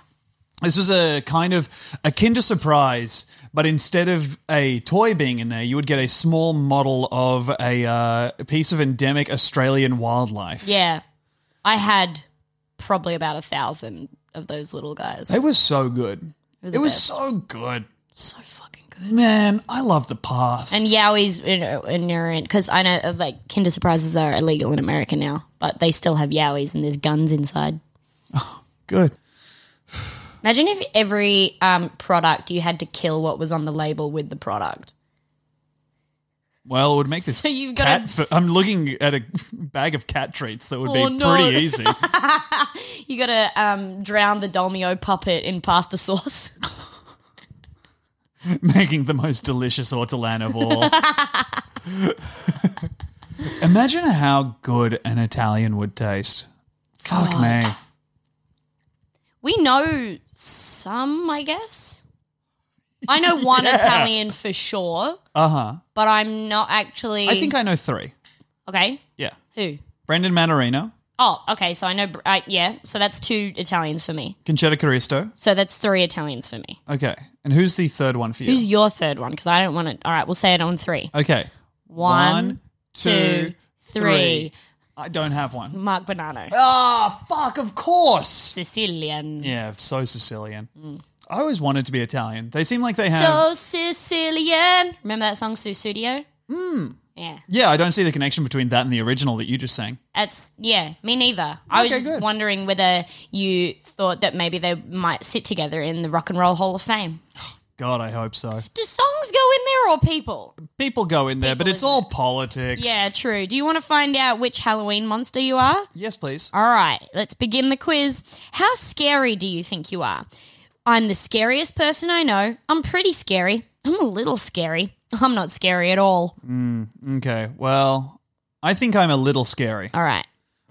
S3: This was a kind of akin to surprise, but instead of a toy being in there, you would get a small model of a uh, piece of endemic Australian wildlife.
S2: Yeah. I had probably about a thousand of those little guys.
S3: It was so good.
S2: They're
S3: It
S2: the
S3: was
S2: best.
S3: so good.
S2: so fucking good.
S3: Man, I love the past.
S2: And Yowies you know, ignorant because I know uh, like Kinder surprises are illegal in America now, but they still have Yowies and there's guns inside.
S3: good.
S2: Imagine if every um, product you had to kill what was on the label with the product.
S3: Well, it would make this
S2: So you've got
S3: cat.
S2: a-
S3: fo- I'm looking at a bag of cat treats that would
S2: Oh,
S3: be
S2: no.
S3: pretty easy.
S2: You got to um, drown the Dolmio puppet in pasta sauce.
S3: making the most delicious ortolan of all. Imagine how good an Italian would taste. Fuck me.
S2: we know some, I guess. I know one Italian for sure,
S3: Uh huh.
S2: but I'm not actually.
S3: I think I know three.
S2: okay,
S3: Yeah.
S2: who?
S3: Brendan Manarino,
S2: Oh, okay. So I know. Uh, yeah. So that's two Italians for me.
S3: Conchetta Caristo.
S2: So that's three Italians for me.
S3: Okay. And who's the third one for you?
S2: Who's your third one? Because I don't want to. All right, we'll say it on three.
S3: okay.
S2: One,
S3: One,
S2: two,
S3: two,
S2: three.
S3: three. I don't have one.
S2: Mark Bonanno,
S3: Ah, fuck, of course.
S2: Sicilian.
S3: Yeah, so Sicilian. I always wanted to be Italian. They seem like they have.
S2: Mm. So Sicilian. Remember that song, Susudio? Mm.
S3: Hmm.
S2: Yeah.
S3: yeah, I don't see the connection between that and the original that you just sang.
S2: That's yeah, me neither. I was
S3: Okay,
S2: just
S3: good.
S2: wondering whether you thought that maybe they might sit together in the Rock and Roll Hall of Fame.
S3: God, I hope so.
S2: Do songs go in there or people?
S3: People go in there, but
S2: people,
S3: it's
S2: isn't
S3: all politics.
S2: Yeah, true. Do you want to find out which Halloween monster you are?
S3: Yes, please.
S2: All right, let's begin the quiz. How scary do you think you are? I'm the scariest person I know. I'm pretty scary. I'm a little scary. I'm not scary at all.
S3: Okay. Well, I think I'm a little scary.
S2: All right.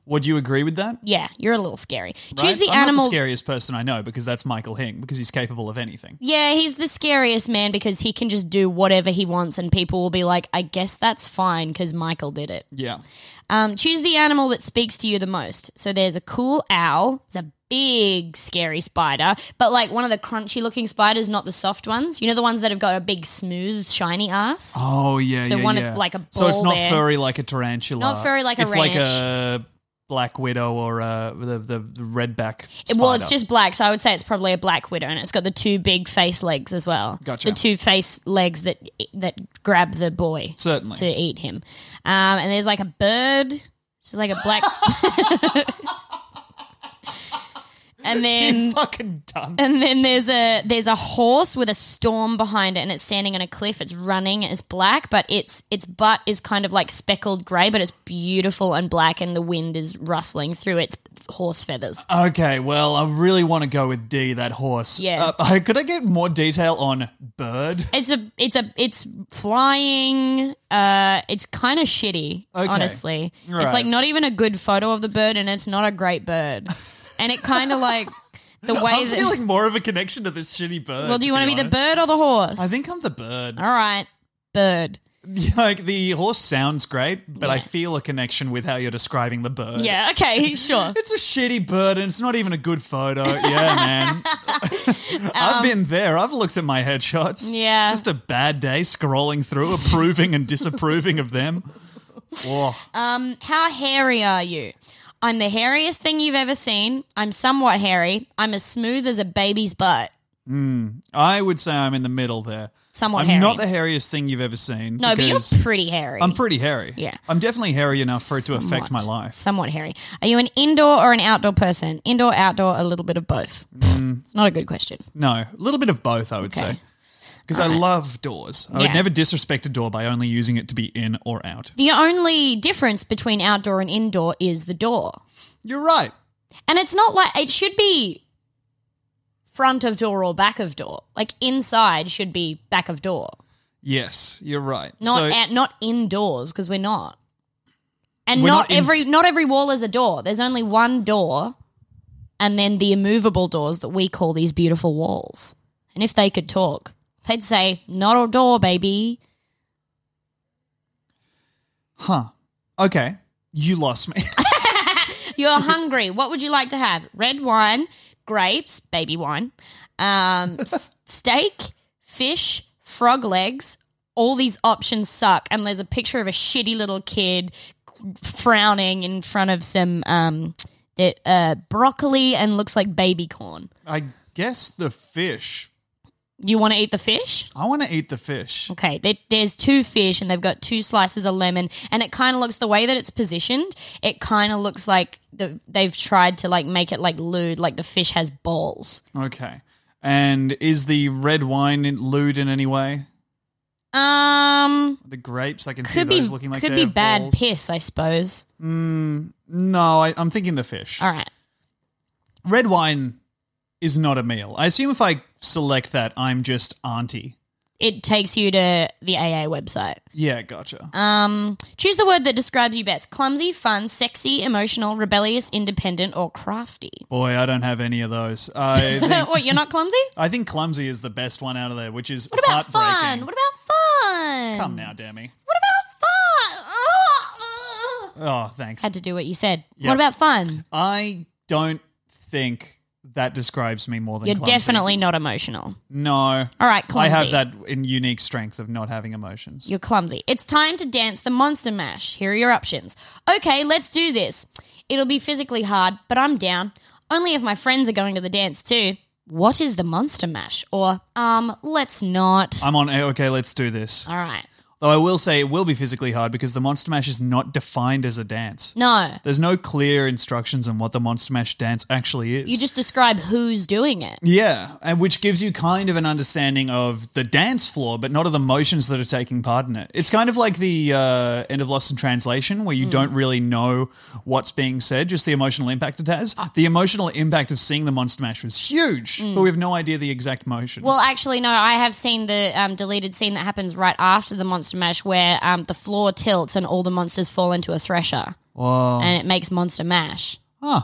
S3: Would you agree with that?
S2: Yeah, you're a little scary.
S3: Right?
S2: Choose the
S3: I'm
S2: animal.
S3: Not the scariest person I know because that's Michael Hing because he's capable of anything.
S2: Yeah, he's the scariest man because he can just do whatever he wants, and people will be like, I guess that's fine because Michael did it.
S3: Yeah.
S2: Um, choose the animal that speaks to you the most. So there's a cool owl, there's a big scary spider, but like one of the crunchy looking spiders, not the soft ones. You know, the ones that have got a big, smooth, shiny ass?
S3: Oh yeah.
S2: So
S3: yeah,
S2: one of-
S3: yeah.
S2: like a
S3: So it's
S2: ball
S3: not
S2: there.
S3: furry like a tarantula.
S2: Not furry like a
S3: It's like a black widow or a, the the the redback.
S2: It- Well,
S3: spider.
S2: it's just black, so I would say it's probably a black widow, and it's got the two big face legs as well.
S3: Gotcha.
S2: The two face legs that that grab the boy.
S3: certainly.
S2: to eat him. Um, and there's like a bird. She's like a black. and then
S3: Fucking dumb.
S2: and then there's a there's a horse with a storm behind it, and it's standing on a cliff. It's running. It's black, but its its butt is kind of like speckled grey, but it's beautiful and black, and the wind is rustling through its horse feathers.
S3: Okay, well, I really want to go with D, that horse.
S2: Yeah.
S3: Uh, could I get more detail on bird?
S2: It's a it's a it's flying. Uh, it's kind of shitty,
S3: Okay.
S2: honestly. It's
S3: Right.
S2: like not even a good photo of the bird, and it's not a great bird. And it kind of like the way
S3: I'm
S2: that.
S3: feeling more of a connection to this shitty bird.
S2: well, do you want to be the
S3: honest.
S2: bird or the horse?
S3: I think I'm the bird.
S2: All right, bird.
S3: like the horse sounds great, but I feel a connection with how you're describing the bird.
S2: Yeah, okay, sure.
S3: It's a shitty bird and it's not even a good photo. Yeah, man. I've been there. I've looked at my headshots.
S2: Um, Yeah.
S3: Just a bad day scrolling through, approving and disapproving of them. Whoa.
S2: Um, How hairy are you? I'm the hairiest thing you've ever seen. I'm somewhat hairy. I'm as smooth as a baby's butt.
S3: I would say I'm in the middle there.
S2: Somewhat
S3: I'm
S2: hairy.
S3: not the hairiest thing you've ever seen.
S2: No, but
S3: because
S2: you're pretty hairy.
S3: I'm pretty hairy.
S2: Yeah.
S3: I'm definitely hairy enough for it to affect my life.
S2: somewhat hairy. Are you an indoor or an outdoor person? Indoor, outdoor, a little bit of both.
S3: Mm.
S2: It's not a good question.
S3: No, a little bit of both, I would
S2: Okay.
S3: say. Because I love doors. I
S2: Yeah.
S3: would never disrespect a door by only using it to be in or out.
S2: The only difference between outdoor and indoor is the door.
S3: You're right.
S2: And it's not like it should be front of door or back of door. Like inside should be back of door,
S3: Yes, you're right.
S2: not
S3: So-
S2: at, not indoors because we're not. And
S3: We're
S2: not,
S3: not
S2: every
S3: ins-
S2: not every wall is a door. There's only one door, and then the immovable doors that we call these beautiful walls. And if they could talk, they'd say, "Not a door, baby."
S3: Huh. Okay. You lost me.
S2: You're hungry. What would you like to have? Red wine, grapes, baby wine, um, s- steak, fish, frog legs. All these options suck. And there's a picture of a shitty little kid frowning in front of some um, it, uh, broccoli and looks like baby corn.
S3: I guess the fish.
S2: You want to eat the fish?
S3: I want to eat the fish.
S2: Okay, there, there's two fish and they've got two slices of lemon, and it kind of looks the way that it's positioned. It kind of looks like the, they've tried to like make it like lewd, like the fish has balls.
S3: Okay. And is the red wine in- lewd in any way?
S2: Um,
S3: The grapes, I can see
S2: could be
S3: those looking like
S2: could
S3: they
S2: be
S3: have
S2: bad
S3: balls. Mm,
S2: piss, I suppose.
S3: No, I, I'm thinking the fish.
S2: All right,
S3: Red wine is not a meal. I assume if I select that, I'm just auntie.
S2: it takes you to the AA website.
S3: Yeah, gotcha.
S2: Um, choose the word that describes you best: clumsy, fun, sexy, emotional, rebellious, independent, or crafty.
S3: Boy, I don't have any of those. I think,
S2: what? You're not clumsy?
S3: I think clumsy is the best one out of there, which is
S2: What about fun?
S3: heartbreaking.
S2: What about fun?
S3: Come now, Demi.
S2: What about fun? Ugh, ugh.
S3: Oh, thanks.
S2: Had to do what you said.
S3: Yep.
S2: What about fun?
S3: I don't think that describes me more than
S2: You're
S3: clumsy.
S2: definitely not emotional.
S3: no. All
S2: All right, clumsy.
S3: I have that in unique strength of not having emotions.
S2: You're clumsy. It's time to dance the monster mash. Here are your options. Okay, let's do this. It'll be physically hard, but I'm down. Only if my friends are going to the dance too. What is the monster mash? Or um, let's not.
S3: I'm on. eh, Okay, let's do this.
S2: All right.
S3: Though I will say it will be physically hard because the Monster Mash is not defined as a dance.
S2: No,
S3: There's no clear instructions on what the Monster Mash dance actually is.
S2: you just describe who's doing it.
S3: yeah, and which gives you kind of an understanding of the dance floor, but not of the motions that are taking part in it. It's kind of like the uh, end of Lost in Translation, where you
S2: Hmm.
S3: don't really know what's being said, just the emotional impact it has.
S2: Ah.
S3: The emotional impact of seeing the Monster Mash was huge, but we have no idea the exact motions.
S2: Hmm. Well, actually, no. I have seen the um, deleted scene that happens right after the monster mash, where um, the floor tilts and all the monsters fall into a thresher,
S3: Whoa.
S2: and it makes monster mash.
S3: Huh.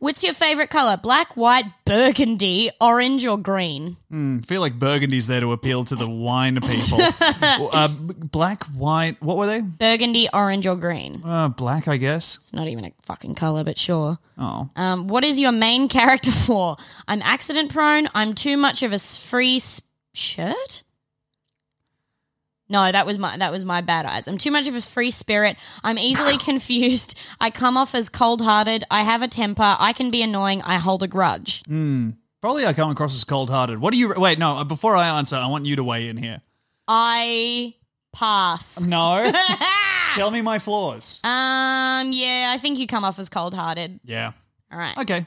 S2: What's your favorite color? Black, white, burgundy, orange, or green?
S3: I Hmm, feel like Burgundy's there to appeal to the wine people. uh, b- black, white, what were they?
S2: Burgundy, orange, or green?
S3: Uh, black, I guess.
S2: It's not even a fucking color, but sure.
S3: Oh,
S2: Um, what is your main character flaw? I'm accident prone. I'm too much of a s- free s shirt. No, that was my that was my bad eyes. I'm too much of a free spirit. I'm easily confused. I come off as cold hearted. I have a temper. I can be annoying. I hold a grudge.
S3: probably I come across as cold-hearted. What do you? Wait, no. uh, Before I answer, I want you to weigh in here.
S2: I pass.
S3: No, tell me my flaws.
S2: um. Yeah, I think you come off as cold hearted.
S3: Yeah.
S2: All right.
S3: Okay.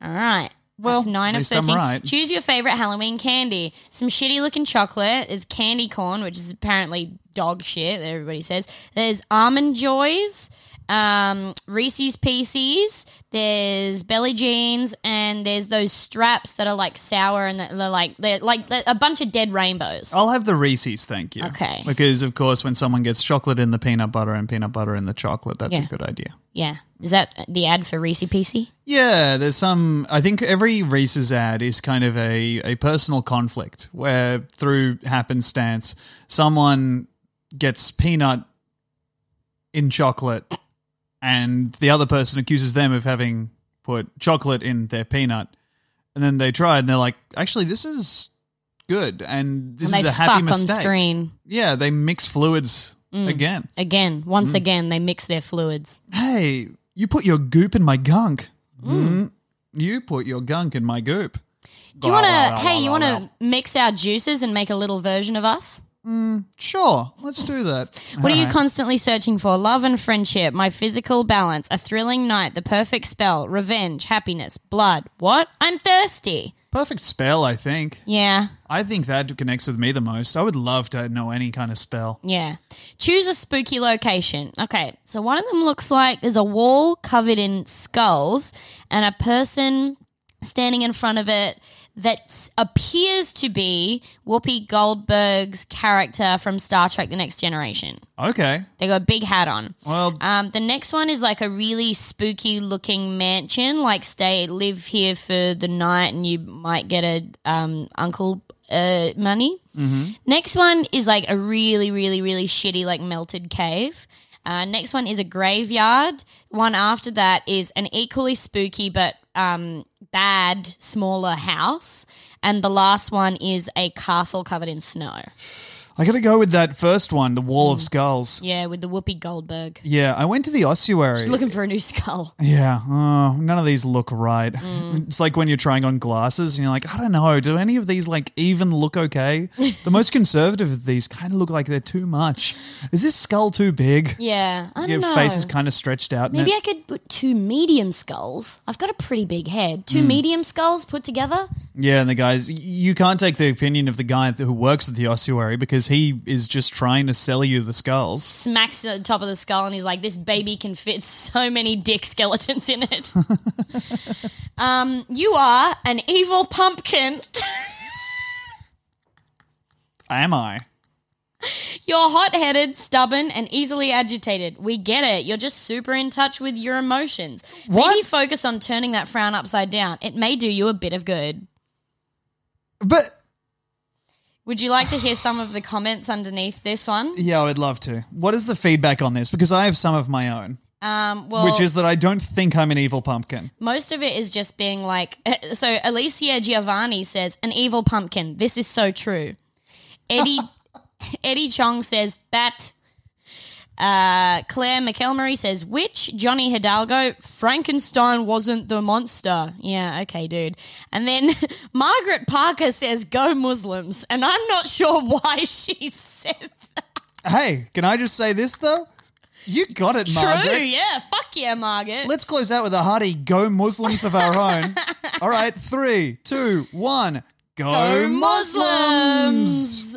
S2: All right.
S3: Well,
S2: That's nine
S3: at
S2: of
S3: least I'm
S2: 13.
S3: right.
S2: Choose your favorite Halloween candy. Some shitty looking chocolate is candy corn, which is apparently dog shit, everybody says. There's almond joys, um, Reese's Pieces, there's Belly Jeans, and there's those straps that are like sour and that- they're like they're like they're a bunch of dead rainbows.
S3: I'll have the Reese's, thank you.
S2: Okay.
S3: Because of course, when someone gets chocolate in the peanut butter and peanut butter in the chocolate, that's
S2: Yeah.
S3: a good idea.
S2: Yeah, is that the ad for Reese Piecey?
S3: Yeah, there's some. I think every Reese's ad is kind of a, a personal conflict where, through happenstance, someone gets peanut in chocolate and the other person accuses them of having put chocolate in their peanut. And then they try it and they're like, actually, this is good. And this
S2: and
S3: is
S2: they
S3: a happy
S2: fuck
S3: mistake.
S2: on screen Mm.
S3: Yeah, they mix fluids again.
S2: again.
S3: Mm.
S2: Once again, they mix their fluids.
S3: Hey, you put your goop in my gunk. Mm. You put your gunk in my goop.
S2: Do you want to? Hey, you want to mix our juices and make a little version of us?
S3: Sure, let's do that.
S2: What are you constantly searching for? Love and friendship, my physical balance, a thrilling night, the perfect spell, revenge, happiness, blood. What? I'm thirsty.
S3: Perfect spell, I think.
S2: Yeah,
S3: I think that connects with me the most. I would love to know any kind of spell.
S2: yeah. Choose a spooky location. Okay, so one of them looks like there's a wall covered in skulls and a person standing in front of it that s- appears to be Whoopi Goldberg's character from Star Trek The Next Generation.
S3: Okay.
S2: They got a big hat on.
S3: Well,
S2: Um, the next one is like a really spooky looking mansion. Like stay, live here for the night, and you might get a um, uncle uh, money. Next one is like a really, really, really shitty like melted cave. Uh, next one is a graveyard. One after that is an equally spooky but um, bad smaller house, and the last one is a castle covered in snow.
S3: I got to go with that first one, the Wall of Skulls.
S2: mm. Yeah, with the Whoopi Goldberg.
S3: Yeah, I went to the ossuary.
S2: She's looking for a new skull.
S3: yeah, oh, none of these look right.
S2: Mm.
S3: It's like when you're trying on glasses and you're like, I don't know, do any of these like even look okay? the most conservative of these kind of look like they're too much. Is this skull too big?
S2: Yeah, I don't
S3: Your
S2: know.
S3: face is kind of stretched out.
S2: Maybe
S3: and it-
S2: I could put two medium skulls. I've got a pretty big head.
S3: Hmm.
S2: Two medium skulls put together.
S3: yeah, and the guys, y- you can't take the opinion of the guy who works at the ossuary because he is just trying to sell you the skulls.
S2: Smacks the top of the skull and he's like, "This baby can fit so many dick skeletons in it." um, you are an evil pumpkin.
S3: Am I?
S2: You're hot headed, stubborn, and easily agitated. We get it. You're just super in touch with your emotions. Maybe
S3: What?
S2: focus on turning that frown upside down. It may do you a bit of good.
S3: But
S2: Would you like to hear some of the comments underneath this one?
S3: yeah, I'd love to. What is the feedback on this? Because I have some of my own,
S2: Um, well,
S3: which is that I don't think I'm an evil pumpkin.
S2: Most of it is just being like, so Alicia Giovanni says, an evil pumpkin. This is so true. Eddie Eddie Chong says, bat. Uh, Claire McElmurray says, witch. Johnny Hidalgo, Frankenstein wasn't the monster. Yeah, okay, dude. And then Margaret Parker says, go Muslims. And I'm not sure why she said
S3: Hey, can I just say this though? You got it, Margaret.
S2: true. Yeah, fuck yeah, Margaret.
S3: Let's close out with a hearty "Go Muslims" of our own. All right, three, two, one. Go,
S2: Go
S3: Muslims!
S2: Muslims.